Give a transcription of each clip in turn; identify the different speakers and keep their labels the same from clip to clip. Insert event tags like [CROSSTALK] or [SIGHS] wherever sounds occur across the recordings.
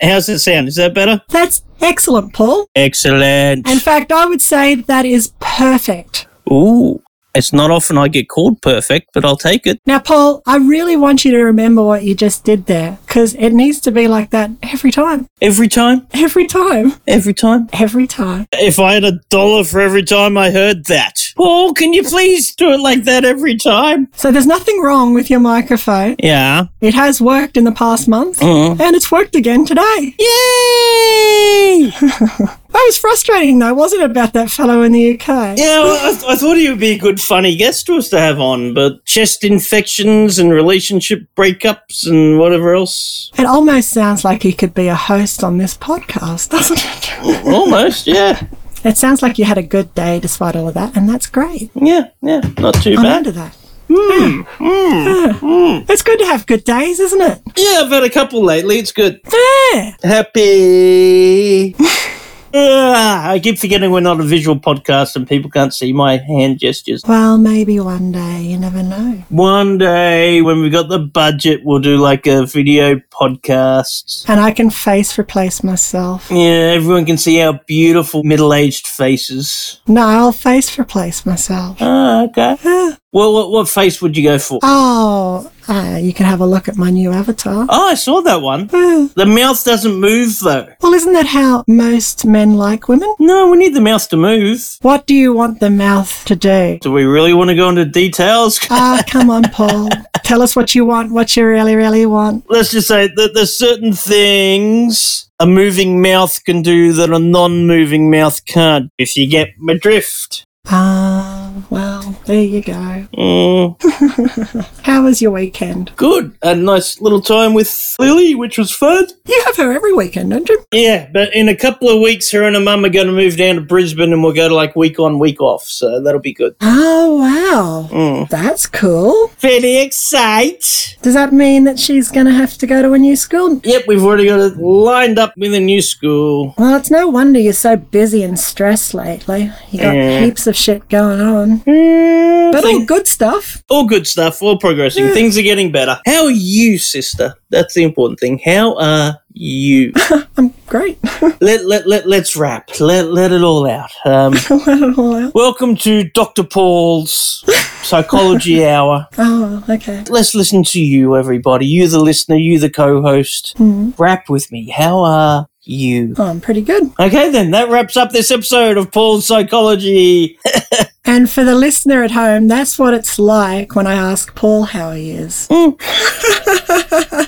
Speaker 1: How's it sound? Is that better?
Speaker 2: That's excellent, Paul.
Speaker 1: Excellent.
Speaker 2: In fact, I would say that is perfect.
Speaker 1: Ooh, it's not often I get called perfect, but I'll take it.
Speaker 2: Now, Paul, I really want you to remember what you just did there because it needs to be like that every time. [LAUGHS]
Speaker 1: Every time,
Speaker 2: Every time.
Speaker 1: every time.
Speaker 2: Every time.
Speaker 1: If I had a dollar for every time I heard that. Paul, can you please do it like that every time?
Speaker 2: So there's nothing wrong with your microphone.
Speaker 1: Yeah.
Speaker 2: It has worked in the past month
Speaker 1: Mm.
Speaker 2: and it's worked again today.
Speaker 1: Yay!
Speaker 2: That was frustrating though, wasn't it, about that fellow in the UK?
Speaker 1: Yeah, well, I, th- I thought he would be a good, funny guest to us to have on, but chest infections and relationship breakups and whatever else.
Speaker 2: It almost sounds like he could be a host on this podcast, [LAUGHS] doesn't it?
Speaker 1: Almost, yeah.
Speaker 2: it sounds like you had a good day despite all of that, and that's great.
Speaker 1: Yeah, yeah. Not too
Speaker 2: I'm
Speaker 1: bad.
Speaker 2: into that. Yeah. It's good to have good days, isn't it?
Speaker 1: Yeah, I've had a couple lately. It's good.
Speaker 2: Yeah.
Speaker 1: Happy. [LAUGHS] Ah, I keep forgetting we're not a visual podcast and people can't see my hand gestures.
Speaker 2: Well, maybe one day, you never know.
Speaker 1: One day, when we've got the budget, we'll do like a video podcast.
Speaker 2: And I can face replace myself.
Speaker 1: Yeah, everyone can see our beautiful middle aged faces.
Speaker 2: No, I'll face replace myself.
Speaker 1: Ah, okay.
Speaker 2: Yeah.
Speaker 1: Well, what, what face would you go for?
Speaker 2: Oh, uh, you can have a look at my new avatar.
Speaker 1: Oh, I saw that one.
Speaker 2: Yeah.
Speaker 1: The mouth doesn't move, though.
Speaker 2: Well, isn't that how most men like women?
Speaker 1: No, we need the mouth to move.
Speaker 2: What do you want the mouth to do?
Speaker 1: Do we really want to go into details? [LAUGHS]
Speaker 2: Ah, come on, Paul. Tell us what you want, what you really, really want.
Speaker 1: Let's just say that there's certain things a moving mouth can do that a non moving mouth can't, if you get my drift.
Speaker 2: Ah, well, there you go.
Speaker 1: Mm,
Speaker 2: How was your weekend?
Speaker 1: good. A nice little time with Lily, which was fun.
Speaker 2: You have her every weekend, don't you?
Speaker 1: Yeah, but in a couple of weeks, her and her mum are going to move down to Brisbane and we'll go to like week on, week off. So that'll be good.
Speaker 2: Oh, wow.
Speaker 1: Mm.
Speaker 2: That's cool.
Speaker 1: Very excited.
Speaker 2: Does that mean that she's going to have to go to a new school?
Speaker 1: Yep, we've already got it lined up with a new school.
Speaker 2: Well, it's no wonder you're so busy and stressed lately. You got
Speaker 1: Yeah.
Speaker 2: heaps of shit going on.
Speaker 1: Mm,
Speaker 2: But all
Speaker 1: think-
Speaker 2: good stuff.
Speaker 1: all good stuff. All progressing. Things are getting better. How are you, sister? That's the important thing. How are you?
Speaker 2: I'm great. [LAUGHS]
Speaker 1: let let let let's wrap. Let let it all out. Um,
Speaker 2: Let it all out.
Speaker 1: welcome to Doctor Paul's Psychology Hour.
Speaker 2: Oh, okay.
Speaker 1: Let's listen to you, everybody. You, the listener. You, the co-host. Rap with me. How are you?
Speaker 2: Oh, I'm pretty good.
Speaker 1: Okay, then that wraps up this episode of Paul's Psychology.
Speaker 2: And for the listener at home, that's what it's like when I ask Paul how he is.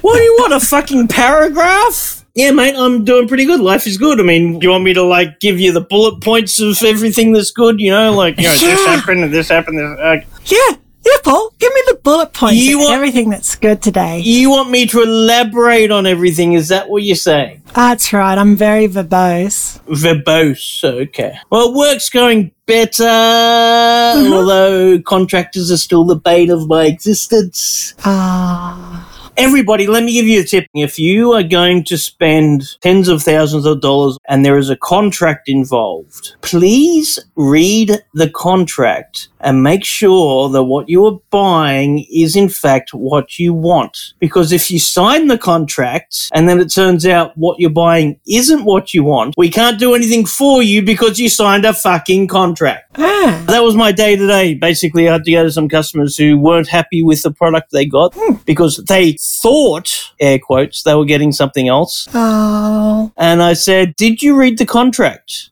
Speaker 1: What do you want? A fucking paragraph? Yeah, mate, I'm doing pretty good. Life is good. I mean, do you want me to like give you the bullet points of everything that's good? You know, like you know, [GASPS] this
Speaker 2: Yeah.
Speaker 1: happened and this happened. This, uh,
Speaker 2: Yeah, yeah, Paul. Give me the bullet points
Speaker 1: You
Speaker 2: of
Speaker 1: want-
Speaker 2: everything that's good today.
Speaker 1: you want me to elaborate on everything? Is that what you're saying?
Speaker 2: Ah, That's right. I'm very verbose.
Speaker 1: Verbose. Okay. Well, work's going better, Uh-huh. although contractors are still the bane of my existence.
Speaker 2: Ah,
Speaker 1: Everybody, let me give you a tip. If you are going to spend tens of thousands of dollars and there is a contract involved, please read the contract and make sure that what you are buying is in fact what you want. Because if you sign the contract and then it turns out what you're buying isn't what you want, we can't do anything for you because you signed a fucking contract.
Speaker 2: ah,
Speaker 1: That was my day today. Basically, I had to go to some customers who weren't happy with the product they got because they thought, air quotes, they were getting something else.
Speaker 2: oh,
Speaker 1: And I said, Did you read the contract?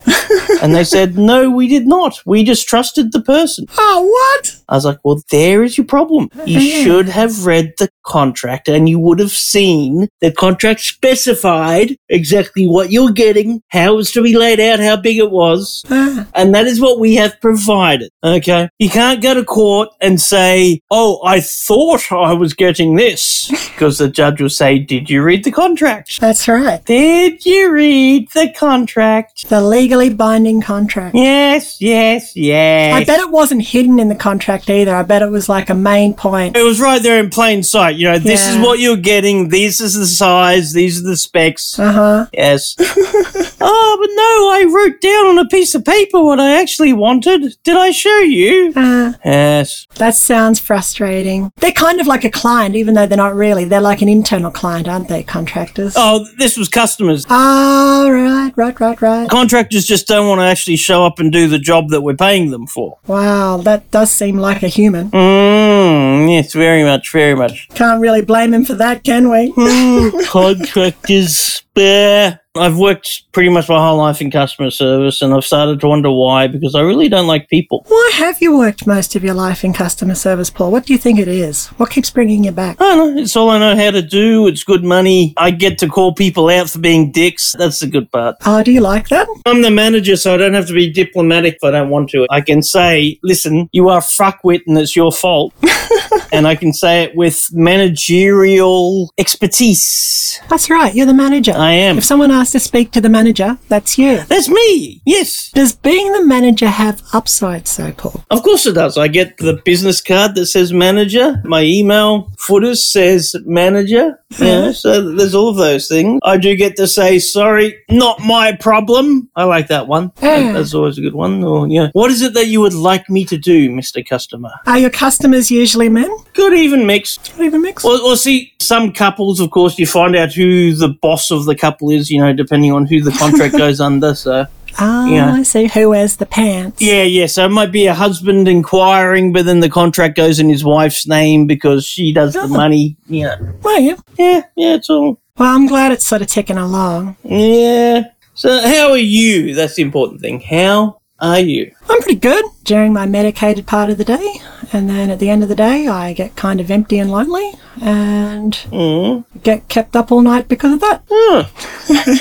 Speaker 1: and they said, No, we did not. We just trusted the person.
Speaker 2: oh, what?
Speaker 1: I was like, Well, there is your problem. You
Speaker 2: Yeah.
Speaker 1: should have read the contract and you would have seen the contract specified exactly what you're getting, how it was to be laid out, how big it was.
Speaker 2: Ah,
Speaker 1: And that is what we have provided. Okay. You can't go to court and say, Oh, I thought I was getting this.
Speaker 2: [LAUGHS]
Speaker 1: Because the judge will say, Did you read the contract?
Speaker 2: that's right.
Speaker 1: Did you read the contract?
Speaker 2: The legally binding contract.
Speaker 1: Yes, yes, yes.
Speaker 2: I bet it wasn't hidden in the contract either. I bet it was like a main point.
Speaker 1: it was right there in plain sight. right. You know, this
Speaker 2: Yeah.
Speaker 1: is what you're getting. This is the size. These are the specs.
Speaker 2: Uh huh. [LAUGHS]
Speaker 1: Yes. oh, but no, I wrote down on a piece of paper what I actually wanted. Did I show you?
Speaker 2: Uh,
Speaker 1: Yes.
Speaker 2: that sounds frustrating. They're kind of like a client, even though they're not really. They're like an internal client, aren't they, contractors?
Speaker 1: Oh, this was customers.
Speaker 2: Ah, right, right, right, right.
Speaker 1: Contractors just don't want to actually show up and do the job that we're paying them for.
Speaker 2: Wow, that does seem like a human.
Speaker 1: Mm, yes, very much, very
Speaker 2: [LAUGHS]
Speaker 1: much.
Speaker 2: Can't really blame him for that, can we?
Speaker 1: Mm, contractors spare. I've worked pretty much my whole life in customer service and I've started to wonder why because I really don't like people.
Speaker 2: Why have you worked most of your life in customer service, Paul? What do you think it is? What keeps bringing you back?
Speaker 1: I don't know. It's all I know how to do. It's good money. I get to call people out for being dicks. That's the good part.
Speaker 2: Oh, do you like that?
Speaker 1: I'm the manager, so I don't have to be diplomatic if I don't want to. I can say, listen, you are a fuckwit and it's your fault. and I can say it with managerial expertise.
Speaker 2: That's right, you're the manager.
Speaker 1: I am.
Speaker 2: If someone asks to speak to the manager, that's you.
Speaker 1: That's me. Yes.
Speaker 2: Does being the manager have upsides, though, Paul?
Speaker 1: Of course it does. I get the business card that says manager. My email footer says manager. Yeah, so there's all of those things. I do get to say, sorry, not my problem. I like that one.
Speaker 2: Yeah.
Speaker 1: That's always a good one. Or, yeah. What is it that you would like me to do, Mr. Customer?
Speaker 2: Are your customers usually men?
Speaker 1: Good even mix.
Speaker 2: Not even mixed.
Speaker 1: Well, well, see, some couples, of course, you find out who the boss of the couple is, you know, depending on who the contract goes under. So,
Speaker 2: Ah,
Speaker 1: yeah.
Speaker 2: I see. Who wears the pants?
Speaker 1: yeah, yeah. So it might be a husband inquiring, but then the contract goes in his wife's name because she does the money. Yeah.
Speaker 2: Well, yeah.
Speaker 1: Yeah, yeah, it's all.
Speaker 2: Well, I'm glad it's sort of ticking along.
Speaker 1: Yeah. So, how are you? That's the important thing. How are you?
Speaker 2: I'm pretty good during my medicated part of the day, and then at the end of the day, I get kind of empty and lonely, and
Speaker 1: Mm.
Speaker 2: get kept up all night because of that.
Speaker 1: Huh.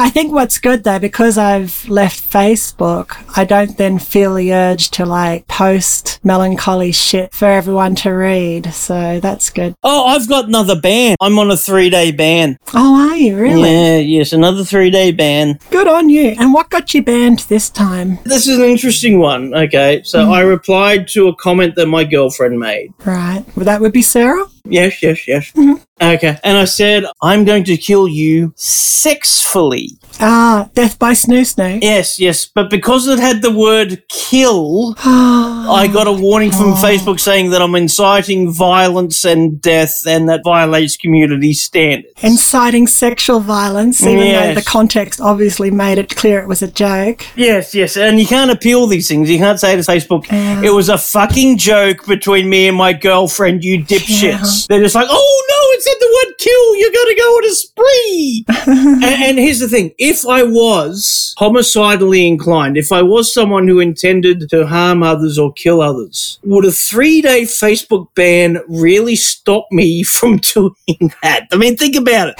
Speaker 2: I think what's good though, because I've left Facebook, I don't then feel the urge to like post melancholy shit for everyone to read. So that's good.
Speaker 1: Oh, I've got another ban. I'm on a three day ban.
Speaker 2: Oh, are you really?
Speaker 1: Yeah, yes, another three day ban.
Speaker 2: Good on you. And what got you banned this time?
Speaker 1: This is an interesting one. Okay, so I replied to a comment that my girlfriend made.
Speaker 2: Right. Well, that would be Sarah.
Speaker 1: Yes, yes, yes. Okay, and I said, I'm going to kill you sexfully.
Speaker 2: Ah, death by snoo snoo.
Speaker 1: Yes, yes, but because it had the word kill,
Speaker 2: Ah,
Speaker 1: I got a warning from Facebook saying that I'm inciting violence and death and that violates community standards.
Speaker 2: [GASPS] Inciting sexual violence, even
Speaker 1: Yes.
Speaker 2: though the context obviously made it clear it was a joke.
Speaker 1: Yes, yes, and you can't appeal these things. You can't say to Facebook,
Speaker 2: Yeah.
Speaker 1: "It was a fucking joke between me and my girlfriend." You dipshits.
Speaker 2: Yeah.
Speaker 1: They're just like, "Oh no, it said the word kill. You're gonna go on a
Speaker 2: [LAUGHS]
Speaker 1: spree." and, and here's the thing: if I was homicidally inclined, if I was someone who intended to harm others or kill others, would a three-day Facebook ban really stop me [LAUGHS] from doing that? I mean, think about it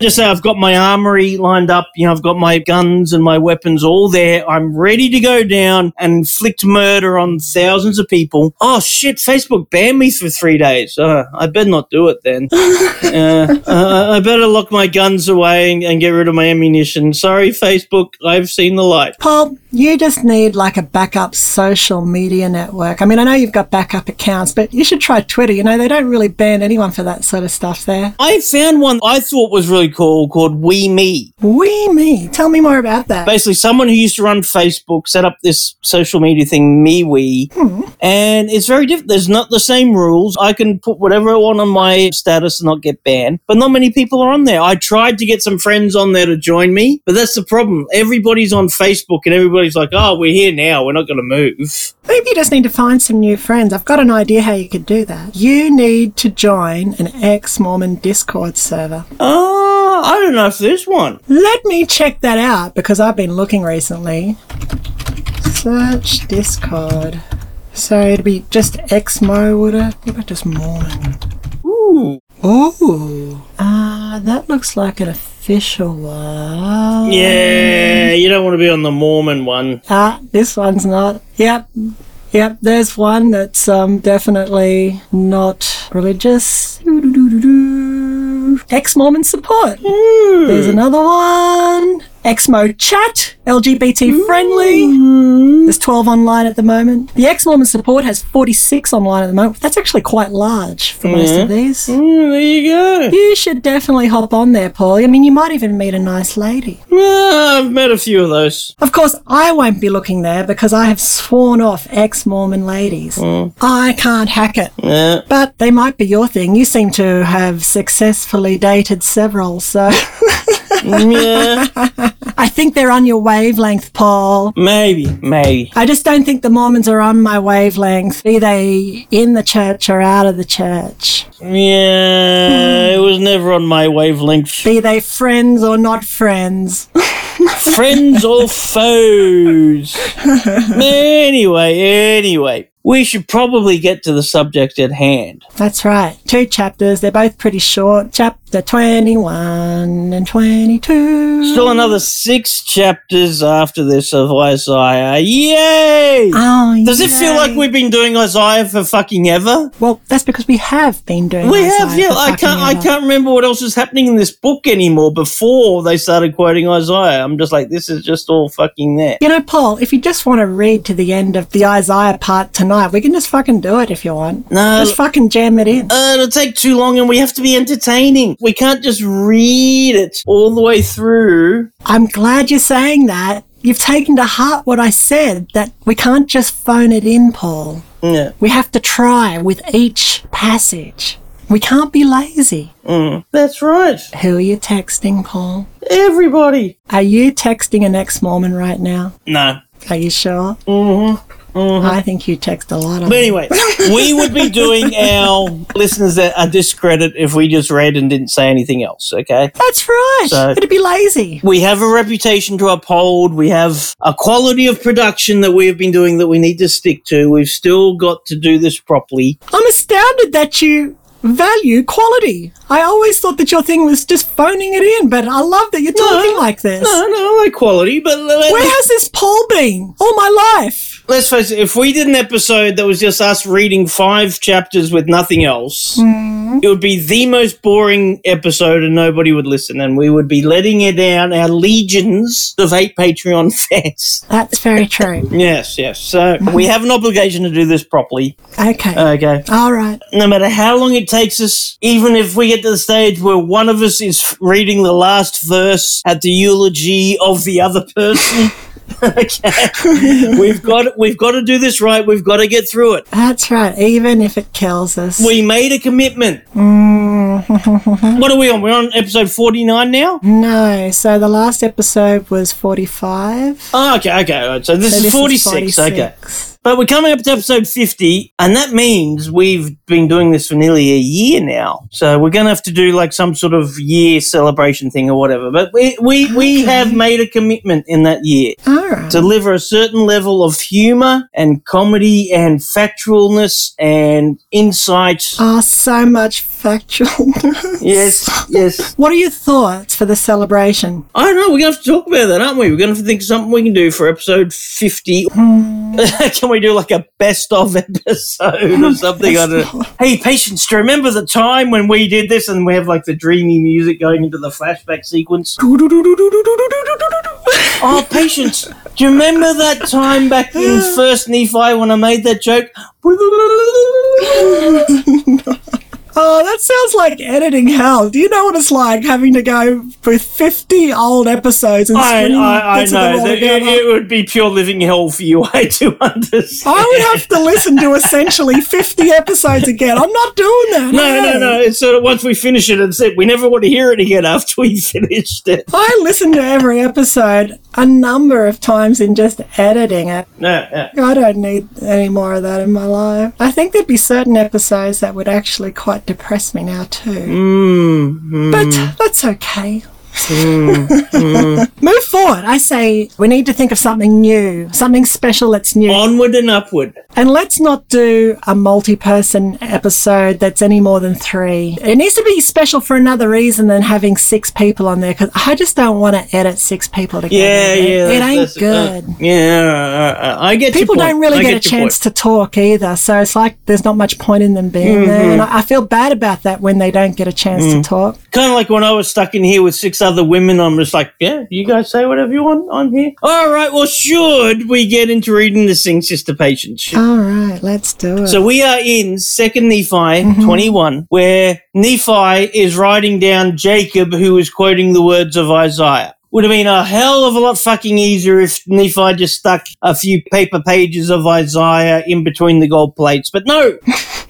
Speaker 1: just say I've got my armory lined up, you know, I've got my guns and my weapons all there. I'm ready to go down and inflict murder on thousands of people. Oh shit, Facebook banned me for three days. Uh, I better not do it then. uh, uh, I better lock my guns away and, and get rid of my ammunition. Sorry, Facebook, I've seen the light.
Speaker 2: Paul, you just need like a backup social media network. I mean, I know you've got backup accounts, but you should try Twitter. You know, they don't really ban anyone for that sort of stuff there.
Speaker 1: I found one I thought was really cool called We Me.
Speaker 2: Wee me. Tell me more about that.
Speaker 1: basically someone who used to run Facebook set up this social media thing, MeWe, and it's very different. There's not the same rules. I can put whatever I want on my status and not get banned, but not many people are on there. I tried to get some friends on there to join me, but that's the problem. Everybody's on Facebook and everybody's like, "Oh, we're here now. We're not going to move."
Speaker 2: Maybe you just need to find some new friends. I've got an idea how you could do that. You need to join an ex Mormon Discord server.
Speaker 1: Oh, I don't know if there's one.
Speaker 2: Let me check that out because I've been looking recently. Search Discord. So it'd be just Exmo, would it? What about just Mormon?
Speaker 1: Ooh.
Speaker 2: Ooh. Uh, that looks like an official one.
Speaker 1: Yeah, you don't want to be on the Mormon one.
Speaker 2: Ah, this one's not. Yep. Yep, there's one that's um, definitely not religious.
Speaker 1: Hmm.
Speaker 2: Ex Mormon support. There's another one. Exmo chat, LGBT friendly. There's 12 online at the moment. The Ex Mormon support has 46 online at the moment. That's actually quite large for most of these.
Speaker 1: Mm, there you go.
Speaker 2: You should definitely hop on there, Paul. I mean, you might even meet a nice lady.
Speaker 1: Yeah, Ah, I've met a few of those.
Speaker 2: Of course, I won't be looking there because I have sworn off ex Mormon ladies. I can't hack it.
Speaker 1: Yeah.
Speaker 2: But they might be your thing. You seem to have successfully dated several, so [LAUGHS]
Speaker 1: yeah.
Speaker 2: I think they're on your wavelength, Paul.
Speaker 1: Maybe. Maybe.
Speaker 2: I just don't think the Mormons are on my wavelength, be they in the church or out of the church,
Speaker 1: Yeah. it was never on my wavelength.
Speaker 2: be they friends or not friends.
Speaker 1: Friends or foes. anyway, anyway. We should probably get to the subject at hand.
Speaker 2: That's right. Two chapters. They're both pretty short. Chapter 21 and 22.
Speaker 1: Still another six chapters after this of Isaiah. Yay!
Speaker 2: Oh,
Speaker 1: Does it feel
Speaker 2: yay.
Speaker 1: like we've been doing Isaiah for fucking ever?
Speaker 2: Well, that's because we have been doing.
Speaker 1: We
Speaker 2: Isaiah
Speaker 1: have, yeah.
Speaker 2: for
Speaker 1: I
Speaker 2: fucking
Speaker 1: can't, I
Speaker 2: ever.
Speaker 1: can't remember what else was happening in this book anymore. Before they started quoting Isaiah, I'm just like, this is just all fucking there.
Speaker 2: You know, Paul, if you just want to read to the end of the Isaiah part tonight, we can just fucking do it if you want.
Speaker 1: No,
Speaker 2: Just fucking jam it in.
Speaker 1: uh, it'll take too long, and we have to be entertaining. We can't just read it all the way through.
Speaker 2: I'm glad you're saying that. You've taken to heart what I said that we can't just phone it in, Paul.
Speaker 1: Yeah,
Speaker 2: We have to try with each passage. We can't be lazy.
Speaker 1: that's right.
Speaker 2: Who are you texting, Paul?
Speaker 1: Everybody.
Speaker 2: Are you texting an ex Mormon right now?
Speaker 1: No.
Speaker 2: Are you sure? Mm-hmm. I think you text a lot of
Speaker 1: But anyway, we would be doing our listeners a a discredit if we just read and didn't say anything else. Okay.
Speaker 2: That's right.
Speaker 1: So-
Speaker 2: It'd be lazy.
Speaker 1: we have a reputation to uphold. We have a quality of production that we have been doing that we need to stick to. We've still got to do this properly.
Speaker 2: I'm astounded that you value quality. I always thought that your thing was just phoning it in, but I love that you're talking like this.
Speaker 1: No, no, I like quality, but let,
Speaker 2: Where has this Paul been all my life?
Speaker 1: let's face it, if we did an episode that was just us reading five chapters with nothing else, it would be the most boring episode and nobody would listen. And we would be letting it down our legions of eight Patreon [LAUGHS] fans.
Speaker 2: That's very true.
Speaker 1: yes, yes. So we have an obligation to do this properly.
Speaker 2: Okay.
Speaker 1: Okay.
Speaker 2: all right.
Speaker 1: no matter how long it takes us, even if we get to the stage where one of us is f- reading the last verse at the eulogy of the other person. [LAUGHS] okay. we've got we've got to do this right. We've got to get through it.
Speaker 2: That's right. Even if it kills us.
Speaker 1: We made a commitment. [LAUGHS] what are we on? We're on episode 49 now?
Speaker 2: no. So the last episode was 45.
Speaker 1: Oh, okay, okay. all right. So this,
Speaker 2: So
Speaker 1: is,
Speaker 2: this
Speaker 1: 46,
Speaker 2: is
Speaker 1: Okay.
Speaker 2: 46.
Speaker 1: But we're coming up to episode 50, and that means we've been doing this for nearly a year now. So we're going to have to do like some sort of year celebration thing or whatever. But we, we, we have made a commitment in that year to
Speaker 2: All right.
Speaker 1: deliver a certain level of humor and comedy and factualness and insight.
Speaker 2: Oh, so much factual.
Speaker 1: Yes, yes.
Speaker 2: what are your thoughts for the celebration?
Speaker 1: I don't know. We're going to have to talk about that, aren't we? We're going to have to think of something we can do for episode 50. [LAUGHS] can we do like a best of episode or something? I don't know. Hey, patience, do you remember the time when we did this and we have like the dreamy music going into the flashback sequence? Oh, patience, do you remember that time back in First Nephi when I made that joke?
Speaker 2: Oh, that sounds like editing hell. Do you know what it's like having to go through 50 old episodes and
Speaker 1: I,
Speaker 2: string
Speaker 1: I, I
Speaker 2: bits of them
Speaker 1: know.
Speaker 2: all
Speaker 1: that It,
Speaker 2: together?
Speaker 1: it would be pure living hell for you, [LAUGHS] I do understand.
Speaker 2: I would have to listen to essentially 50 episodes again. I'm not doing that.
Speaker 1: No, no, no. It's sort of once we finish it, it's it. We never want to hear it again [LAUGHS] after we finished it.
Speaker 2: I listened to every episode a number of times in just editing it.
Speaker 1: No, no.
Speaker 2: I don't need any more of that in my life. I think there'd be certain episodes that would actually quite depress me now, too.
Speaker 1: Mm-hmm.
Speaker 2: But that's okay.
Speaker 1: Mm-hmm.
Speaker 2: [LAUGHS] Move forward. I say we need to think of something new, something special that's new.
Speaker 1: Onward and upward.
Speaker 2: And let's not do a multi person episode that's any more than three. It needs to be special for another reason than having six people on there because I just don't want to edit six people together.
Speaker 1: Yeah,
Speaker 2: It-
Speaker 1: yeah.
Speaker 2: It
Speaker 1: that's-
Speaker 2: ain't
Speaker 1: that's- uh,
Speaker 2: good.
Speaker 1: yeah, uh, uh, I get your
Speaker 2: People
Speaker 1: point.
Speaker 2: don't really
Speaker 1: I
Speaker 2: get, a
Speaker 1: your point.
Speaker 2: chance to talk either. So it's like there's not much point in them being there.
Speaker 1: Mm-hmm.
Speaker 2: And I, I feel bad about that when they
Speaker 1: Mm.
Speaker 2: don't get a chance to talk.
Speaker 1: Kind of like when I was stuck in here with six other women. I'm just like, yeah, you guys say whatever you want. I'm here. All right. Well, should we get into reading this thing, Sister Patience? Should-
Speaker 2: All right, let's do it.
Speaker 1: So we are in Second Nephi
Speaker 2: Mhm.
Speaker 1: 21, where Nephi is writing down Jacob, who is quoting the words of Isaiah. Would have been a hell of a lot fucking easier if Nephi just stuck a few paper pages of Isaiah in between the gold plates. But no,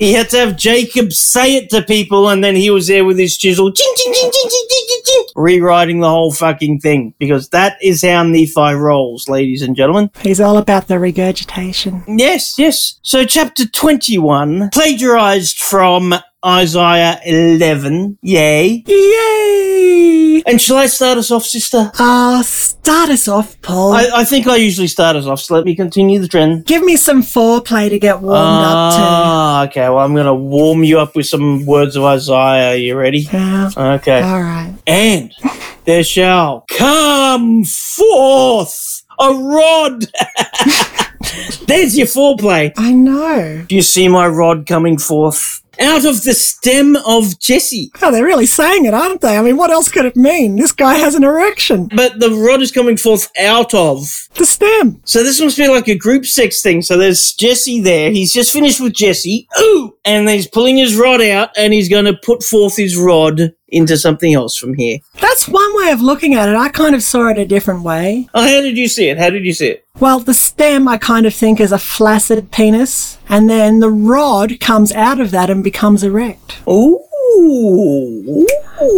Speaker 1: he had to have Jacob say it to people, and then he was there with his chisel, ching, ching, ching, ching, ching, ching, ching, ching, rewriting the whole fucking thing. Because that is how Nephi rolls, ladies and gentlemen.
Speaker 2: He's all about the regurgitation.
Speaker 1: Yes, yes. So, chapter 21, plagiarized from Isaiah 11. Yay.
Speaker 2: Yay!
Speaker 1: And shall I start us off, sister?
Speaker 2: Uh, start us off, Paul.
Speaker 1: I, I think I usually start us off, so let me continue the trend.
Speaker 2: Give me some foreplay to get warmed up
Speaker 1: Ah, okay. Well, I'm going to warm you up with some words of Isaiah. You ready?
Speaker 2: to. Yeah.
Speaker 1: Okay.
Speaker 2: All right.
Speaker 1: and there shall come forth a rod. [LAUGHS] There's your foreplay.
Speaker 2: I know.
Speaker 1: Do you see my rod coming forth? Out of the stem of Jesse.
Speaker 2: Oh, they're really saying it, aren't they? I mean, what else could it mean? This guy has an erection.
Speaker 1: But the rod is coming forth out of.
Speaker 2: The stem.
Speaker 1: So this must be like a group sex thing. So there's Jesse there. He's just finished with Jesse. Ooh! And he's pulling his rod out and he's going to put forth his rod into something else from here.
Speaker 2: That's one way of looking at it. I kind of saw it a different way.
Speaker 1: Oh, how did you see it? How did you see it?
Speaker 2: Well, the stem I kind of think is a flaccid penis, and then the rod comes out of that and becomes erect.
Speaker 1: Ooh.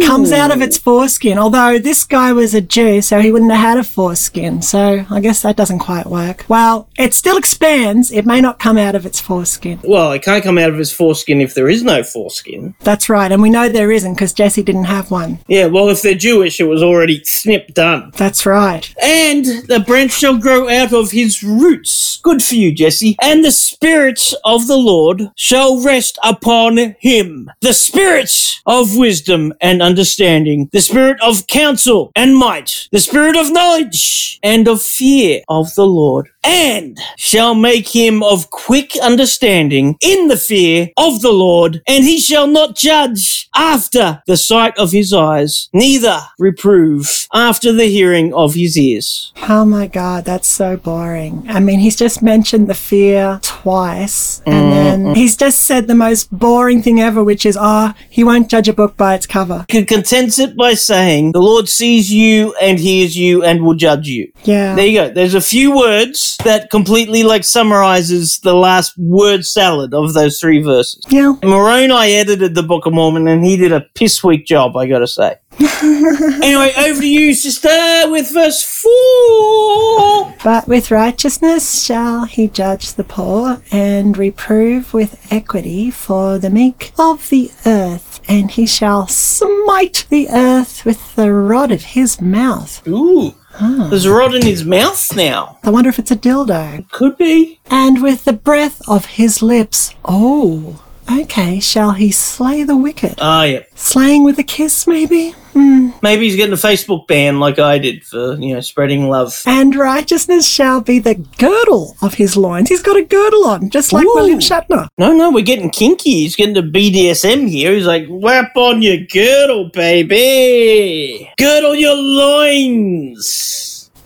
Speaker 2: Comes out of its foreskin, although this guy was a Jew, so he wouldn't have had a foreskin, so I guess that doesn't quite work. Well, it still expands, it may not come out of its foreskin.
Speaker 1: Well, it can't come out of his foreskin if there is no foreskin.
Speaker 2: That's right, and we know there isn't because Jesse didn't have one.
Speaker 1: Yeah, well, if they're Jewish, it was already snip done.
Speaker 2: That's right.
Speaker 1: And the branch shall grow out of his roots. Good for you, Jesse. And the spirits of the Lord shall rest upon him. The spirits of wisdom and understanding, the spirit of counsel and might, the spirit of knowledge and of fear of the Lord. And shall make him of quick understanding in the fear of the Lord, and he shall not judge after the sight of his eyes, neither reprove after the hearing of his ears.
Speaker 2: Oh my god, that's so boring. I mean, he's just mentioned the fear twice, and then he's just said the most boring thing ever, which is, oh, he won't judge a book by its cover.
Speaker 1: He contents it by saying, The Lord sees you and hears you and will judge you.
Speaker 2: Yeah.
Speaker 1: There you go. There's a few words that completely like summarizes the last word salad of those three verses.
Speaker 2: yeah.
Speaker 1: Morone, I edited the Book of Mormon, and he did a piss weak job, I gotta say. anyway, over to you, sister, with verse four.
Speaker 2: But with righteousness shall he judge the poor, and reprove with equity for the meek of the earth, and he shall smite the earth with the rod of his mouth.
Speaker 1: Ooh, there's a rod in his mouth now.
Speaker 2: I wonder if it's a dildo.
Speaker 1: Could be.
Speaker 2: and with the breath of his lips. Oh, okay, shall he slay the wicked?
Speaker 1: Ah, yeah.
Speaker 2: Slaying with a kiss, maybe? Hmm.
Speaker 1: Maybe he's getting a Facebook ban like I did for you know spreading love.
Speaker 2: And righteousness shall be the girdle of his loins. He's got a girdle on, just like
Speaker 1: Ooh.
Speaker 2: William Shatner.
Speaker 1: No, no, we're getting kinky. He's getting to BDSM here. He's like, wrap on your girdle, baby. Girdle your loins.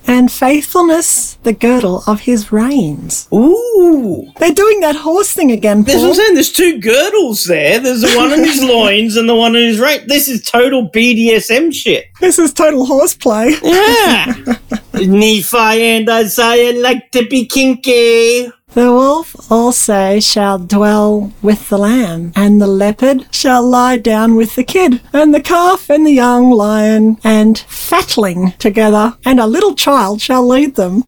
Speaker 2: And faithfulness, the girdle of his reins.
Speaker 1: Ooh.
Speaker 2: They're doing that horse thing again,
Speaker 1: That's what I'm
Speaker 2: Paul.
Speaker 1: saying. There's two girdles there. There's the one on [LAUGHS] his loins and the one on his right. This is total BDSM shit.
Speaker 2: This is total horseplay. [LAUGHS]
Speaker 1: Yeah. [LAUGHS] Nephi and Isaiah like to be kinky.
Speaker 2: The wolf also shall dwell with the lamb, and the leopard shall lie down with the kid, and the calf and the young lion and fatling together, and a little child shall lead them.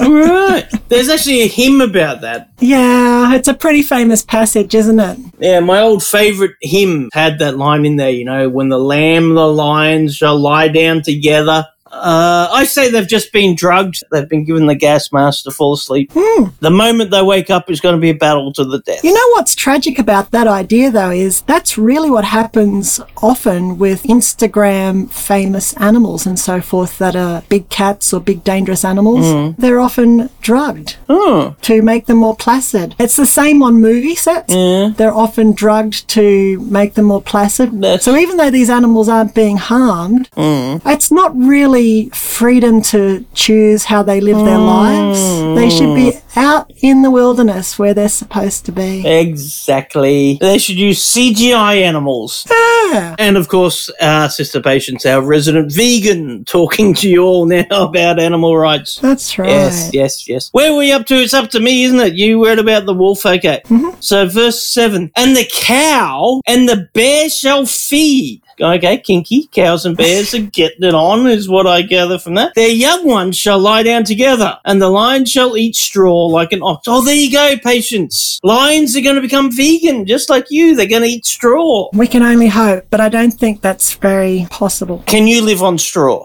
Speaker 1: Right. There's actually a hymn about that.
Speaker 2: Yeah, it's a pretty famous passage, isn't it?
Speaker 1: Yeah, my old favorite hymn had that line in there, you know, when the lamb, the lions shall lie down together. Uh, I say they've just been drugged. They've been given the gas mask to fall asleep. The moment they wake up, it's going to be a battle to the death.
Speaker 2: You know what's tragic about that idea, though, is that's really what happens often with Instagram famous animals and so forth that are big cats or big dangerous animals.
Speaker 1: Hmm.
Speaker 2: They're often drugged.
Speaker 1: Oh.
Speaker 2: to make them more placid. It's the same on movie sets.
Speaker 1: Yeah.
Speaker 2: They're often drugged to make them more placid.
Speaker 1: That's- Hmm.
Speaker 2: so even though these animals aren't being harmed, it's not really the freedom to choose how they live their
Speaker 1: Hmm.
Speaker 2: lives. They should be out in the wilderness where they're supposed to be.
Speaker 1: Exactly. They should use CGI animals.
Speaker 2: Yeah.
Speaker 1: And of course, our sister patients, our resident vegan, talking to you all now [LAUGHS] about animal rights.
Speaker 2: That's right.
Speaker 1: Yes, yes, yes. Where were we up to? It's up to me, isn't it? You worried about the wolf, okay? So verse seven, and the cow and the bear shall feed. Okay, kinky cows and bears are getting it on, is what I gather from that. Their young ones shall lie down together, and the lion shall eat straw like an ox. Oh, there you go, patience. Lions are going to become vegan, just like you. They're going to eat straw.
Speaker 2: We can only hope, but I don't think that's very possible.
Speaker 1: Can you live on straw?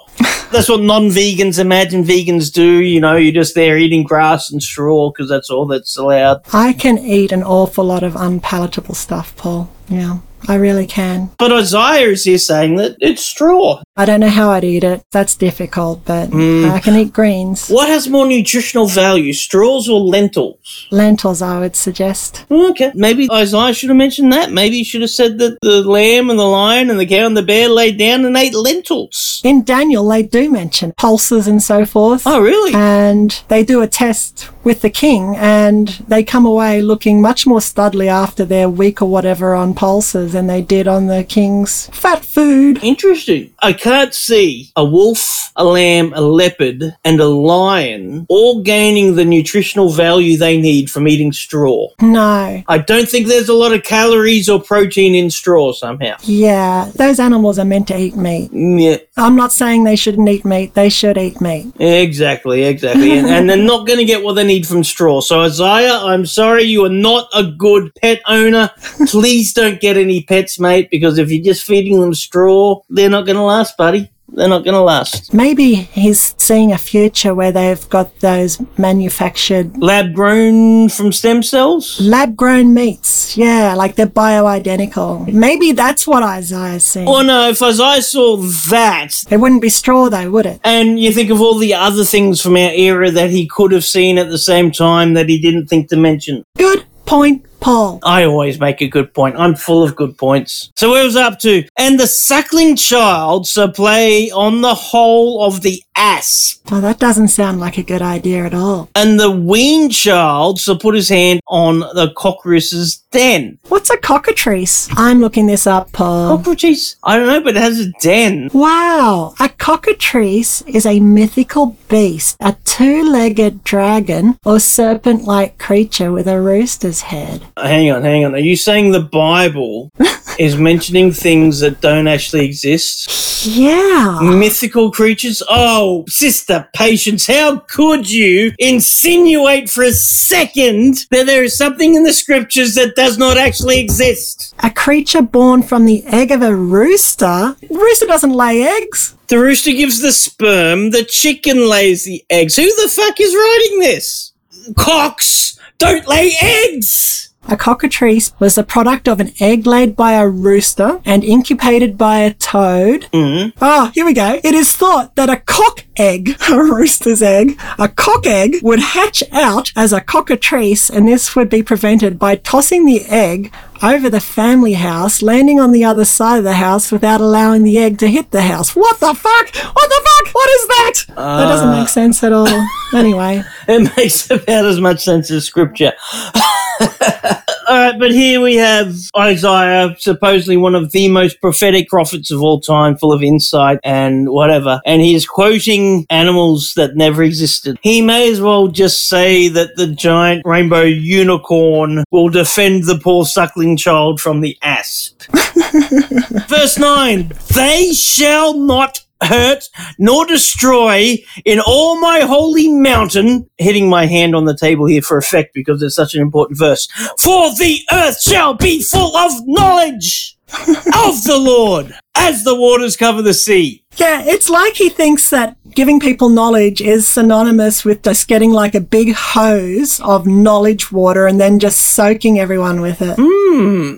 Speaker 1: That's what non vegans imagine vegans do. You know, you're just there eating grass and straw because that's all that's allowed.
Speaker 2: I can eat an awful lot of unpalatable stuff, Paul. Yeah, I really can.
Speaker 1: But Isaiah is here saying that it's straw.
Speaker 2: I don't know how I'd eat it. That's difficult, but
Speaker 1: Hmm.
Speaker 2: I can eat greens.
Speaker 1: What has more nutritional value, straws or lentils?
Speaker 2: Lentils, I would suggest.
Speaker 1: Okay, maybe Isaiah should have mentioned that. Maybe he should have said that the lamb and the lion and the cow and the bear laid down and ate lentils.
Speaker 2: In Daniel, they do mention pulses and so forth.
Speaker 1: Oh, really?
Speaker 2: And they do a test with the king, and they come away looking much more studly after their week or whatever on pulses than they did on the king's fat food.
Speaker 1: Interesting. I can't see a wolf, a lamb, a leopard, and a lion all gaining the nutritional value they need from eating straw.
Speaker 2: No.
Speaker 1: I don't think there's a lot of calories or protein in straw somehow.
Speaker 2: Yeah, those animals are meant to eat meat.
Speaker 1: Yeah,
Speaker 2: I'm not saying they shouldn't eat meat, they should eat meat.
Speaker 1: exactly, exactly. and, and they're not going to get what they need from straw. So, Isaiah, I'm sorry, you are not a good pet owner. Please don't get any pets, mate, because if you're just feeding them straw, they're not going to last, buddy. They're not going to last.
Speaker 2: Maybe he's seeing a future where they've got those manufactured
Speaker 1: Lab grown from stem cells?
Speaker 2: lab grown meats. Yeah, like they're bioidentical. Maybe that's what Isaiah's seeing.
Speaker 1: Oh no, if Isaiah saw that,
Speaker 2: it wouldn't be straw though, would it?
Speaker 1: And you think of all the other things from our era that he could have seen at the same time that he didn't think to mention.
Speaker 2: Good point, Paul.
Speaker 1: I always make a good point. I'm full of good points. So where was I up to? And the suckling child shall play on the hole of the ass,
Speaker 2: Well, Oh, that doesn't sound like a good idea at all.
Speaker 1: and the weaned child shall put his hand on the cockroach's den.
Speaker 2: What's a cockatrice? I'm looking this up, Paul.
Speaker 1: Cockroaches? I don't know, but it has a den.
Speaker 2: Wow, a cockatrice is a mythical beast, a two legged dragon or serpent like creature with a rooster's head.
Speaker 1: Hang on, hang on. Are you saying the Bible is mentioning things that don't actually exist?
Speaker 2: Yeah.
Speaker 1: mythical creatures. Oh, sister, patience, how could you insinuate for a second that there is something in the scriptures that does not actually exist?
Speaker 2: A creature born from the egg of a rooster? Rooster doesn't lay eggs.
Speaker 1: The rooster gives the sperm, the chicken lays the eggs. Who the fuck is writing this? Cocks don't lay eggs!
Speaker 2: A cockatrice was the product of an egg laid by a rooster and incubated by a toad. Mm. Ah, here we go. It is thought that a cock egg, [LAUGHS] a rooster's egg, a cock egg would hatch out as a cockatrice, and this would be prevented by tossing the egg over the family house, landing on the other side of the house without allowing the egg to hit the house. What the fuck? What the fuck? What is that? that doesn't make sense at all. anyway.
Speaker 1: It [LAUGHS] makes about as much sense as scripture. [LAUGHS] All right, but here we have Isaiah, supposedly one of the most prophetic prophets of all time, full of insight and whatever. And he's quoting animals that never existed. He may as well just say that the giant rainbow unicorn will defend the poor suckling child from the ass. Verse 9 They shall not hurt nor destroy in all my holy mountain. Hitting my hand on the table here for effect because it's such an important verse. For the earth shall be full of knowledge of the Lord as the waters cover the sea.
Speaker 2: Yeah, it's like he thinks that giving people knowledge is synonymous with just getting like a big hose of knowledge water and then just soaking everyone with it.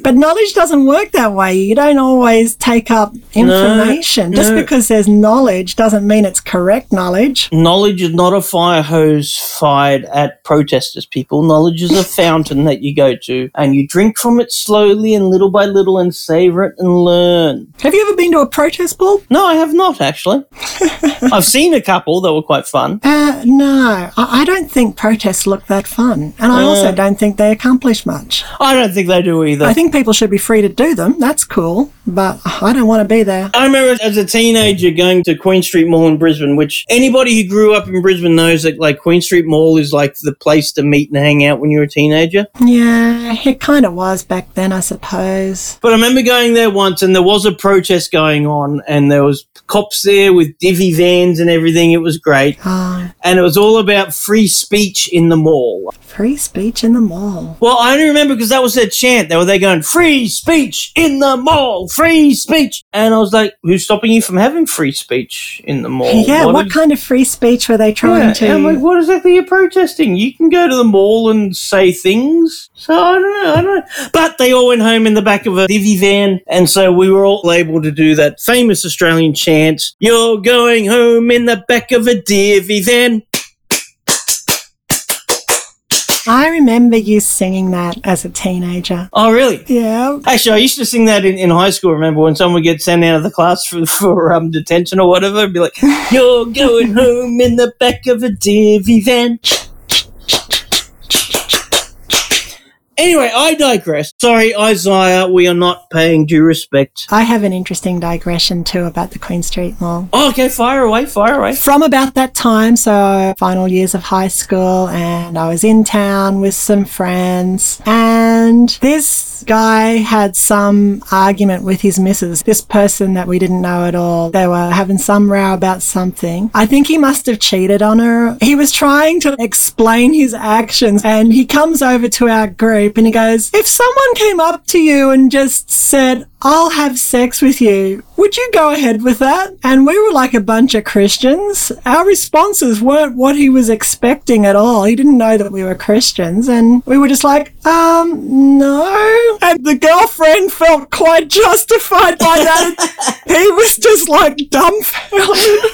Speaker 2: But knowledge doesn't work that way. You don't always take up information. just because there's knowledge doesn't mean it's correct knowledge.
Speaker 1: Knowledge is not a fire hose fired at protesters, people. Knowledge is a fountain that you go to and you drink from it slowly and little by little and save favorite and learn.
Speaker 2: Have you ever been to a protest ball?
Speaker 1: No, I have not
Speaker 2: [LAUGHS]
Speaker 1: actually. I've seen a couple that were quite fun.
Speaker 2: Uh, no, I, I don't think protests look that fun. And I also don't think they accomplish much.
Speaker 1: I don't think they do either.
Speaker 2: I think people should be free to do them. That's cool. But I don't want to be there.
Speaker 1: I remember as a teenager going to Queen Street Mall in Brisbane, which anybody who grew up in Brisbane knows that like Queen Street Mall is like the place to meet and hang out when you're a teenager.
Speaker 2: Yeah, it kind of was back then, I suppose.
Speaker 1: But I remember going there once and there was a protest going on and there was cops there with divvy vans and everything. It was great.
Speaker 2: Ah,
Speaker 1: And it was all about free speech in the mall.
Speaker 2: free speech in the mall.
Speaker 1: Well, I only remember because that was their chant. They were they going free speech in the mall, free speech, and I was like, "Who's stopping you from having free speech in the mall?"
Speaker 2: yeah, what
Speaker 1: Oh, is-
Speaker 2: kind of free speech were they trying
Speaker 1: Yeah,
Speaker 2: to?
Speaker 1: and I'm like, what exactly are you protesting? You can go to the mall and say things. So I don't know. I don't know. But they all went home in the back of a divvy van. And so we were all able to do that famous Australian chant You're going home in the back of a divvy van.
Speaker 2: I remember you singing that as a teenager.
Speaker 1: Oh, really?
Speaker 2: Yeah.
Speaker 1: Actually, I used to sing that in, in high school. Remember when someone would get sent out of the class for, [LAUGHS] for um, detention or whatever? It'd be like, You're going home in the back of a divvy van. Anyway, I digress. Sorry, Isaiah, we are not paying due respect.
Speaker 2: I have an interesting digression too about the Queen Street Mall.
Speaker 1: Oh, okay, fire away, fire away.
Speaker 2: From about that time, so final years of high school, and I was in town with some friends, and this guy had some argument with his missus, this person that we didn't know at all. They were having some row about something. I think he must have cheated on her. He was trying to explain his actions, and he comes over to our group and he goes, If someone came up to you and just said, I'll have sex with you. Would you go ahead with that? And we were like a bunch of Christians. Our responses weren't what he was expecting at all. He didn't know that we were Christians. And we were just like, um, no. And the girlfriend felt quite justified by that. he was just like dumbfounded.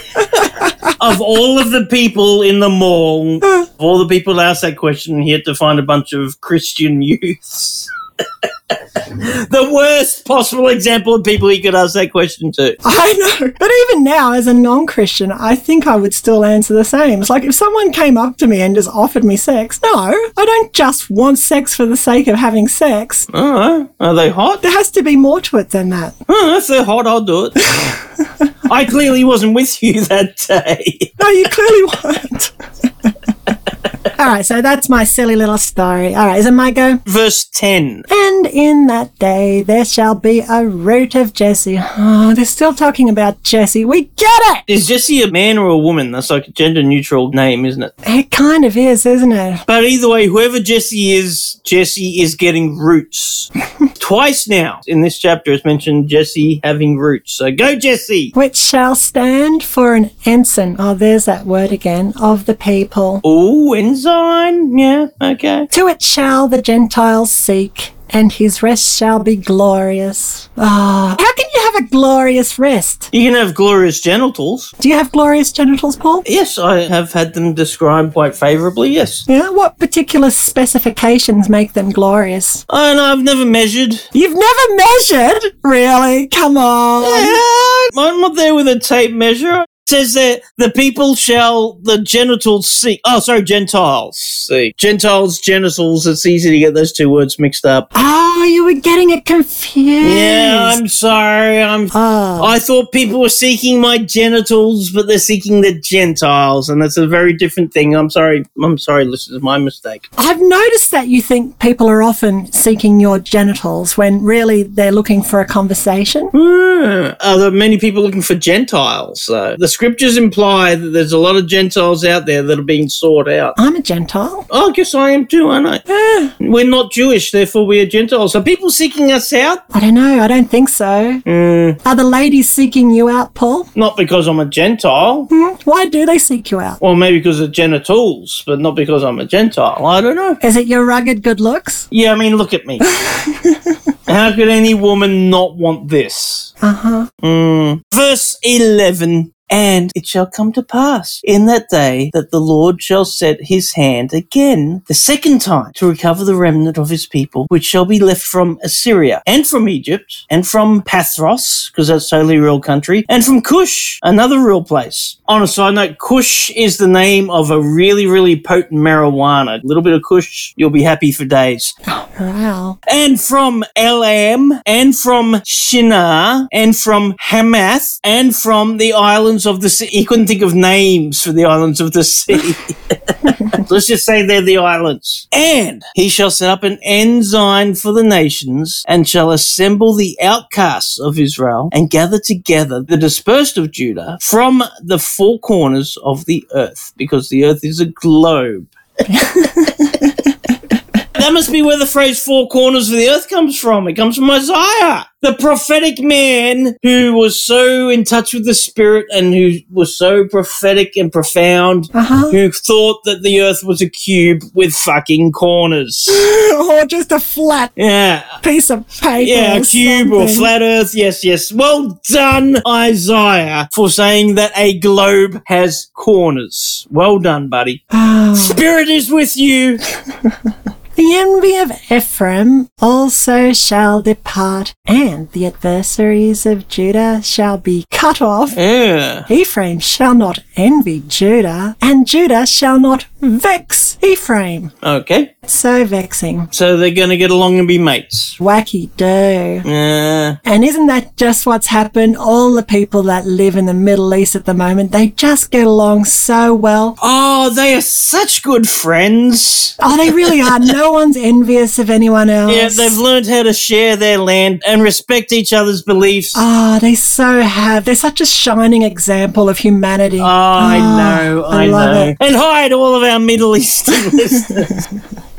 Speaker 2: [LAUGHS]
Speaker 1: of all of the people in the mall, of all the people that asked that question, he had to find a bunch of Christian youths. [LAUGHS] the worst possible example of people he could ask that question to.
Speaker 2: I know. But even now, as a non Christian, I think I would still answer the same. It's like if someone came up to me and just offered me sex, no, I don't just want sex for the sake of having sex.
Speaker 1: Oh, are they hot?
Speaker 2: There has to be more to it than that.
Speaker 1: Oh, if they're hot, I'll do it. I clearly wasn't with you [LAUGHS] that day.
Speaker 2: No, you clearly [LAUGHS] weren't. All right, so that's my silly little story. All right, is it my go?
Speaker 1: Verse 10.
Speaker 2: And in that day there shall be a root of Jesse. Oh, they're still talking about Jesse. We get
Speaker 1: Is Jesse a man or a woman? That's like a gender neutral name, isn't it?
Speaker 2: it! It kind of is, isn't it?
Speaker 1: But either way, whoever Jesse is, Jesse is getting roots. Twice now in this chapter, it's mentioned Jesse having roots. So go, Jesse!
Speaker 2: Which shall stand for an ensign. Oh, there's that word again of the people.
Speaker 1: Oh, ensign. Yeah, okay.
Speaker 2: To it shall the Gentiles seek, and his rest shall be glorious. Ah, how can you have a glorious rest?
Speaker 1: You can have glorious genitals.
Speaker 2: Do you have glorious genitals, Paul?
Speaker 1: Yes, I have had them described quite favorably, yes.
Speaker 2: Yeah, what particular specifications make them glorious?
Speaker 1: And I've never measured.
Speaker 2: You've never measured? Really? Come on.
Speaker 1: I'm not there with a tape measure. It says that the people shall the genitals seek. Oh, sorry, Gentiles seek. Gentiles, genitals. It's easy to get those two words mixed up.
Speaker 2: Oh, you were getting it confused.
Speaker 1: Yeah, I'm sorry. I'm.
Speaker 2: Oh,
Speaker 1: I thought people were seeking my genitals, but they're seeking the Gentiles, and that's a very different thing. I'm sorry. I'm sorry. This is my mistake. [SIGHS]
Speaker 2: I've noticed that you think people are often seeking your genitals when really they're looking for a conversation.
Speaker 1: Hmm. Uh, there are many people looking for Gentiles. So the scriptures imply that there's a lot of Gentiles out there that are being sought out.
Speaker 2: I'm a Gentile.
Speaker 1: Oh, I guess I am too, aren't I?
Speaker 2: Eh,
Speaker 1: We're not Jewish, therefore we are Gentiles. Are people seeking us out?
Speaker 2: I don't know. I don't think so.
Speaker 1: Mm,
Speaker 2: Are the ladies seeking you out, Paul?
Speaker 1: not because I'm a Gentile,
Speaker 2: Hmm? Why do they seek you out?
Speaker 1: or maybe because of genitals, but not because I'm a Gentile. I don't know.
Speaker 2: Is it your rugged good looks?
Speaker 1: Yeah, I mean, look at me. How could any woman not want this?
Speaker 2: Uh huh.
Speaker 1: Mm. Verse 11. And it shall come to pass in that day that the Lord shall set his hand again the second time to recover the remnant of his people, which shall be left from Assyria and from Egypt and from Pathros, because that's totally real country, and from Cush, another real place. On a side note, Cush is the name of a really, really potent marijuana. A little bit of Cush, you'll be happy for days
Speaker 2: Wow.
Speaker 1: and from Elam, and from Shinar, and from Hamath, and from the islands of the sea. He couldn't think of names for the islands of the sea. [LAUGHS] Let's just say they're the islands. And he shall set up an ensign for the nations, and shall assemble the outcasts of Israel, and gather together the dispersed of Judah from the four corners of the earth, because the earth is a globe. That must be where the phrase four corners of the earth comes from. It comes from Isaiah, the prophetic man who was so in touch with the spirit and who was so prophetic and profound,
Speaker 2: Uh-huh.
Speaker 1: who thought that the earth was a cube with fucking
Speaker 2: [GASPS]
Speaker 1: corners.
Speaker 2: [LAUGHS] or just a flat
Speaker 1: Yeah.
Speaker 2: piece of paper.
Speaker 1: Yeah, a
Speaker 2: or
Speaker 1: cube or
Speaker 2: something.
Speaker 1: flat earth. Yes, yes. Well done, Isaiah, for saying that a globe has corners. Well done, buddy.
Speaker 2: Oh.
Speaker 1: Spirit is with you.
Speaker 2: The envy of Ephraim also shall depart, and the adversaries of Judah shall be cut off.
Speaker 1: Yeah.
Speaker 2: Ephraim shall not envy Judah, and Judah shall not vex Ephraim.
Speaker 1: Okay.
Speaker 2: So vexing.
Speaker 1: So they're going to get along and be mates.
Speaker 2: Wacky do.
Speaker 1: Yeah.
Speaker 2: And isn't that just what's happened? All the people that live in the Middle East at the moment, they just get along so well.
Speaker 1: Oh, they are such good friends.
Speaker 2: Oh, they really are. No one's envious of anyone
Speaker 1: [LAUGHS]
Speaker 2: else.
Speaker 1: Yeah, they've learned how to share their land and respect each other's beliefs. Oh,
Speaker 2: Ah, they so have. They're such a shining example of humanity.
Speaker 1: Oh, I
Speaker 2: Ah,
Speaker 1: know, I,
Speaker 2: love
Speaker 1: know.
Speaker 2: it.
Speaker 1: And hide all of our Middle [LAUGHS] Eastern listeners.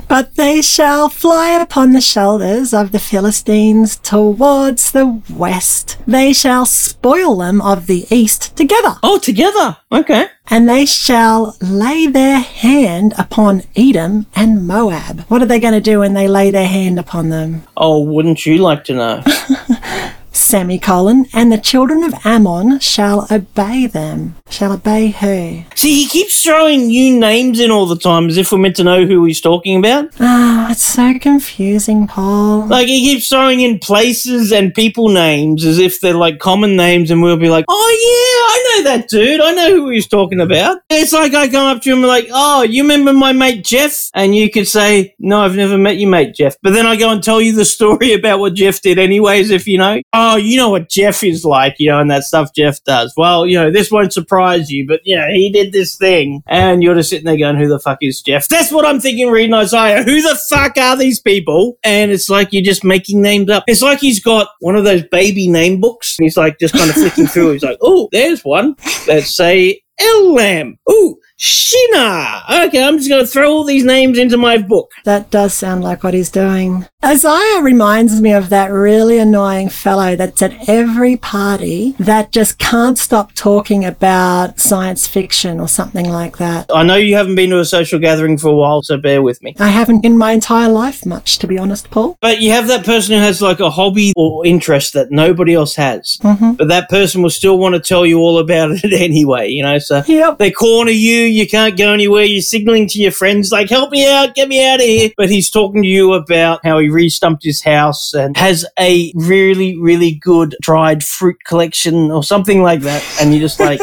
Speaker 2: But they shall fly upon the shoulders of the Philistines towards the west. They shall spoil them of the east together,
Speaker 1: Oh, together. Okay.
Speaker 2: and they shall lay their hand upon Edom and Moab. What are they going to do when they lay their hand upon them?
Speaker 1: Oh, wouldn't you like to know?
Speaker 2: semicolon, and the children of Ammon shall obey them, shall obey her.
Speaker 1: [LAUGHS] See, he keeps throwing new names in all the time as if we're meant to know who he's talking about.
Speaker 2: Ah, it's so confusing, Paul.
Speaker 1: Like, he keeps throwing in places and people names as if they're like common names, and we'll be like, oh, yeah, I know that dude. I know who he's talking about. It's like I come up to him and like, oh, you remember my mate Jeff? And you could say, no, I've never met your mate Jeff. But then I go and tell you the story [LAUGHS] about what Jeff did, anyways, if you know. Oh, you know what Jeff is like, you know, and that stuff Jeff does. Well, you know, this won't surprise you, but, you know, he did this thing. And you're just sitting there going, who the fuck is Jeff? That's what I'm thinking reading Isaiah. Who the fuck are these people? And it's like you're just making names up. It's like he's got one of those baby name books. And he's like just kind of flicking through. He's like, oh, there's one. Let's say Elam. Ooh, Shinar. Okay, I'm just going to throw all these names into my book.
Speaker 2: That does sound like what he's doing. Isaiah reminds me of that really annoying fellow that's at every party that just can't stop talking about science fiction or something like that.
Speaker 1: I know you haven't been to a social gathering for a while, so bear with me.
Speaker 2: I haven't in my entire life much, to be honest, Paul.
Speaker 1: But you have that person who has like a hobby or interest that nobody else has.
Speaker 2: Mm-hmm.
Speaker 1: But that person will still want to tell you all about [LAUGHS] it anyway, you know? So
Speaker 2: Yep.
Speaker 1: they corner you, you can't go anywhere, you're signaling to your friends, like, help me out, get me out of here. But he's talking to you about how he re stumped his house and has a really, really good dried fruit collection or something like that. And you're just like,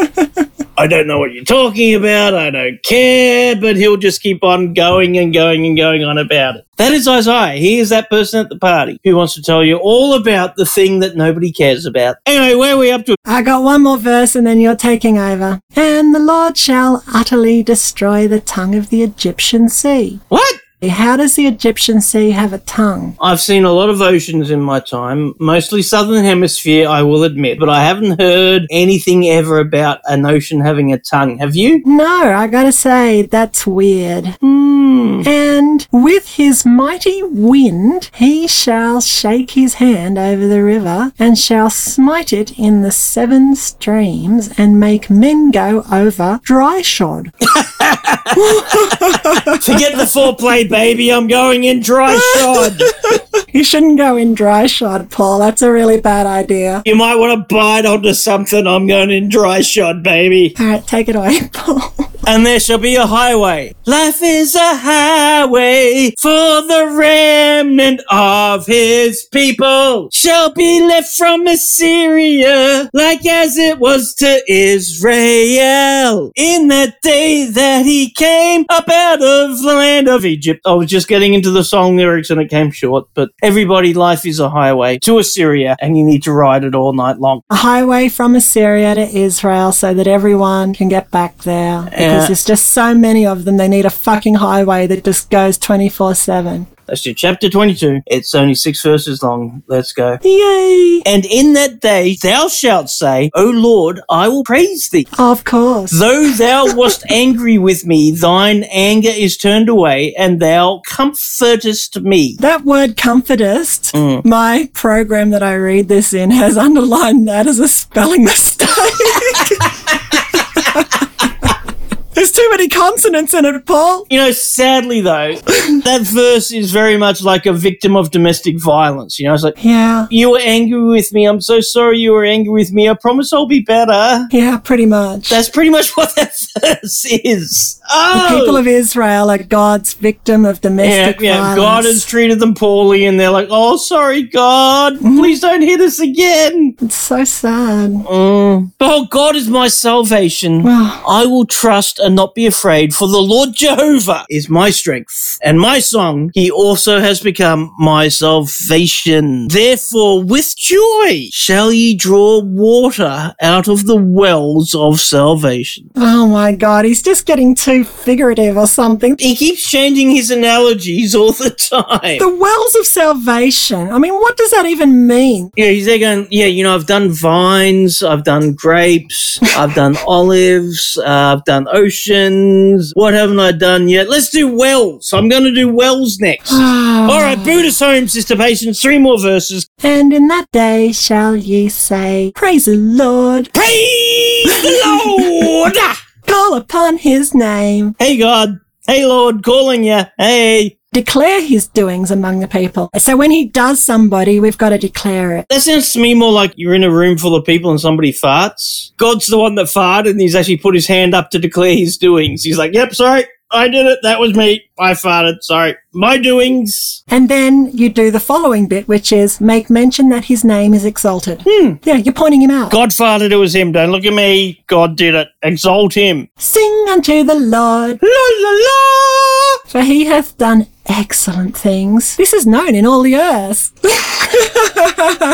Speaker 1: I don't know what you're talking about. I don't care. But he'll just keep on going and going and going on about it. That is Isaiah. He is that person at the party who wants to tell you all about the thing that nobody cares about. Anyway, where are we up to?
Speaker 2: I got one more verse and then you're taking over. And the Lord shall utterly destroy the tongue of the Egyptian sea.
Speaker 1: What?
Speaker 2: How does the Egyptian sea have a tongue?
Speaker 1: I've seen a lot of oceans in my time, mostly southern hemisphere, I will admit, but I haven't heard anything ever about an ocean having a tongue. Have you?
Speaker 2: No, I gotta say, that's weird.
Speaker 1: Hmm.
Speaker 2: And with his mighty wind, he shall shake his hand over the river and shall smite it in the seven streams and make men go over dry shod.
Speaker 1: [LAUGHS]
Speaker 2: [LAUGHS]
Speaker 1: Forget the foreplay baby, I'm going in dry shod.
Speaker 2: You shouldn't go in dry shod, Paul. That's a really bad idea.
Speaker 1: you might want to bite onto something. I'm going in dry shod, baby.
Speaker 2: All right, take it away, [LAUGHS] Paul.
Speaker 1: And there shall be a highway. Life is a highway for the remnant of his people. Shall be left from Assyria, like as it was to Israel. In that day that he came up out of the land of Egypt. I was just getting into the song lyrics and it came short, but everybody, life is a highway to Assyria and you need to ride it all night long.
Speaker 2: a highway from Assyria to Israel so that everyone can get back there. Because
Speaker 1: Yeah.
Speaker 2: there's just so many of them. They need a fucking highway that just goes 24 7.
Speaker 1: Let's do chapter 22. It's only six verses long. Let's go.
Speaker 2: Yay!
Speaker 1: And in that day thou shalt say, O Lord, I will praise thee.
Speaker 2: Of course.
Speaker 1: Though thou
Speaker 2: [LAUGHS]
Speaker 1: wast angry with me, thine anger is turned away, and thou comfortest me.
Speaker 2: That word comfortist,
Speaker 1: Mm.
Speaker 2: my program that I read this in has underlined that as a
Speaker 1: [LAUGHS]
Speaker 2: spelling mistake. There's too many consonants in it, Paul.
Speaker 1: You know, sadly
Speaker 2: [COUGHS]
Speaker 1: though, that verse is very much like a victim of domestic violence. You know, it's like,
Speaker 2: Yeah.
Speaker 1: you were angry with me. I'm so sorry you were angry with me. I promise I'll be better.
Speaker 2: Yeah, pretty much.
Speaker 1: That's pretty much [LAUGHS] what that verse is. Oh,
Speaker 2: the people of Israel are God's victim of
Speaker 1: Yeah,
Speaker 2: domestic
Speaker 1: yeah.
Speaker 2: violence.
Speaker 1: God has treated them poorly, and they're like, "Oh, sorry, God,
Speaker 2: Mm-hmm.
Speaker 1: please don't hit us again."
Speaker 2: It's so sad.
Speaker 1: Mm. Oh, God is my salvation.
Speaker 2: Well,
Speaker 1: I will trust and not be afraid, for the Lord Jehovah is my strength and my song. He also has become my salvation. Therefore, with joy shall ye draw water out of the wells of salvation.
Speaker 2: oh my God, he's just getting too figurative or something.
Speaker 1: He keeps changing his analogies all the time.
Speaker 2: The wells of salvation. I mean, what does that even mean?
Speaker 1: Yeah, he's there going, yeah, you know, I've done vines, I've done grapes, I've done olives, uh, I've done oceans. What haven't I done yet? Let's do wells. I'm going to do wells
Speaker 2: [SIGHS]
Speaker 1: next. All right, Buddhist home, sister patience, three more verses.
Speaker 2: And in that day shall ye say, Praise the Lord,
Speaker 1: Praise the Lord!
Speaker 2: call upon his name,
Speaker 1: hey, God. Hey, Lord, calling you. Hey.
Speaker 2: declare his doings among the people. So when he does somebody, we've got to declare it.
Speaker 1: That sounds to me more like you're in a room full of people and somebody farts. God's the one that farted and he's actually put his hand up to declare his doings. He's like, yep, sorry, I did it. That was me. I farted. Sorry. My doings.
Speaker 2: And then you do the following bit, which is make mention that his name is exalted.
Speaker 1: Hmm.
Speaker 2: Yeah, you're pointing him out.
Speaker 1: God farted. It was him. Don't look at me. God did it. Exalt him.
Speaker 2: Sing unto the Lord.
Speaker 1: La la la.
Speaker 2: For he hath done excellent things. This is known in all the earth. [LAUGHS]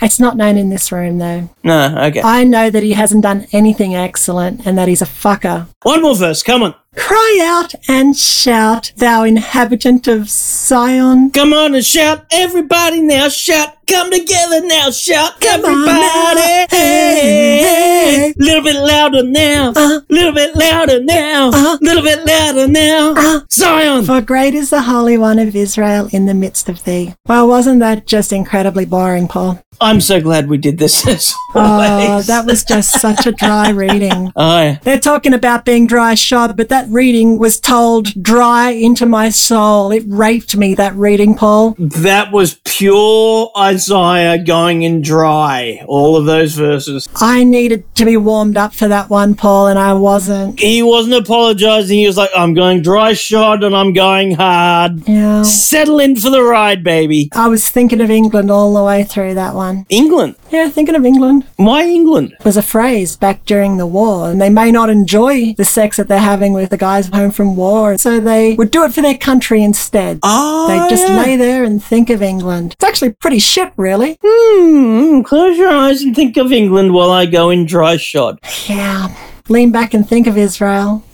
Speaker 2: it's not known in this room, though.
Speaker 1: No, okay.
Speaker 2: I know that he hasn't done anything excellent and that he's a fucker.
Speaker 1: One more verse. Come on.
Speaker 2: Cry out and shout, thou inhabitant of Zion.
Speaker 1: Come on and shout. Everybody now shout. Come together now shout.
Speaker 2: on
Speaker 1: Everybody.
Speaker 2: now.
Speaker 1: A
Speaker 2: Hey, hey.
Speaker 1: Little bit louder now.
Speaker 2: Uh.
Speaker 1: little bit louder now.
Speaker 2: Uh.
Speaker 1: little bit louder now.
Speaker 2: Uh.
Speaker 1: Zion.
Speaker 2: For great is the Holy One of Israel in the midst of thee. Well, wasn't that just incredibly boring, Paul?
Speaker 1: I'm so glad we did this [LAUGHS] as
Speaker 2: Oh,
Speaker 1: always.
Speaker 2: that was just such a dry reading.
Speaker 1: Oh, yeah.
Speaker 2: They're talking about being dry shod, but that reading was told dry into my soul. It raped me, that reading, Paul.
Speaker 1: That was pure Isaiah going in dry. All of those verses.
Speaker 2: I needed to be warmed up for that one, Paul, and I wasn't.
Speaker 1: He wasn't apologizing. He was like, I'm going dry shod and I'm going hard.
Speaker 2: Yeah.
Speaker 1: Settle in for the ride, baby.
Speaker 2: I was thinking of England all the way through that one.
Speaker 1: England.
Speaker 2: Yeah, thinking of England
Speaker 1: Why England?
Speaker 2: was a phrase back during the war, and they may not enjoy the sex that they're having with the guys home from war, so they would do it for their country instead.
Speaker 1: Oh,
Speaker 2: They just
Speaker 1: yeah.
Speaker 2: lay there and think of England. It's actually pretty shit, really.
Speaker 1: Hmm, close your eyes and think of England while I go in dry shod.
Speaker 2: Yeah. Lean back and think of Israel.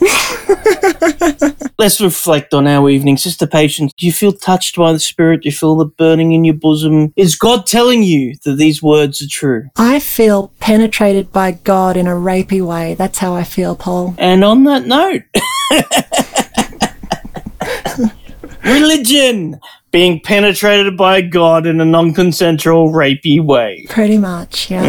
Speaker 1: Let's reflect on our evening. Sister Patience, do you feel touched by the Spirit? Do you feel the burning in your bosom? Is God telling you that these words are true?
Speaker 2: I feel penetrated by God in a rapey way. That's how I feel, Paul.
Speaker 1: And on that note, [LAUGHS] religion, being penetrated by a god in a non-consensual rapey way.
Speaker 2: Pretty much, yeah.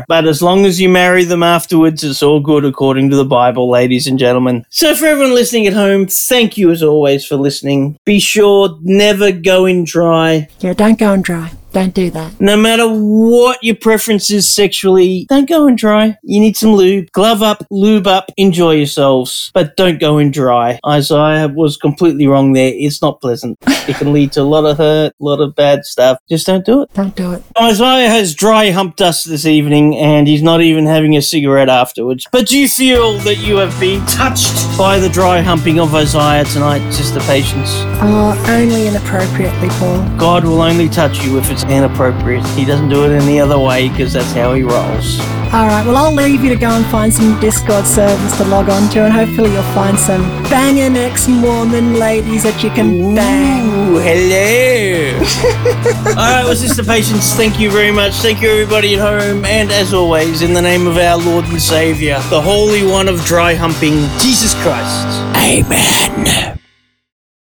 Speaker 1: Mm. But as long as you marry them afterwards, it's all good according to the Bible, ladies and gentlemen. So, for everyone listening at home, thank you as always for listening. Be sure never go in dry.
Speaker 2: Yeah, don't go and dry. Don't do that.
Speaker 1: No matter what your preference is sexually, don't go in dry. You need some lube. Glove up, lube up, enjoy yourselves, but don't go in dry. Isaiah was completely wrong there. It's not pleasant. It can lead to a lot of hurt, a lot of bad stuff. Just don't do it.
Speaker 2: Don't do it.
Speaker 1: Isaiah has dry humped us this evening and he's not even having a cigarette afterwards. But do you feel that you have been touched by the dry humping of Isaiah tonight, Sister Patience?
Speaker 2: Oh, only inappropriately, Paul.
Speaker 1: God will only touch you if it's inappropriate. He doesn't do it any other way because that's how he rolls.
Speaker 2: All right, well, I'll leave you to go and find some Discord servers to log on to, and hopefully you'll find some banging ex Mormon ladies that you can bang.
Speaker 1: Ooh, hello. [LAUGHS] All right, well, Sister Patience, thank you very much. Thank you, everybody at home. And as always, in the name of our Lord and Savior, the Holy One of Dry Humping, Jesus Christ. Amen.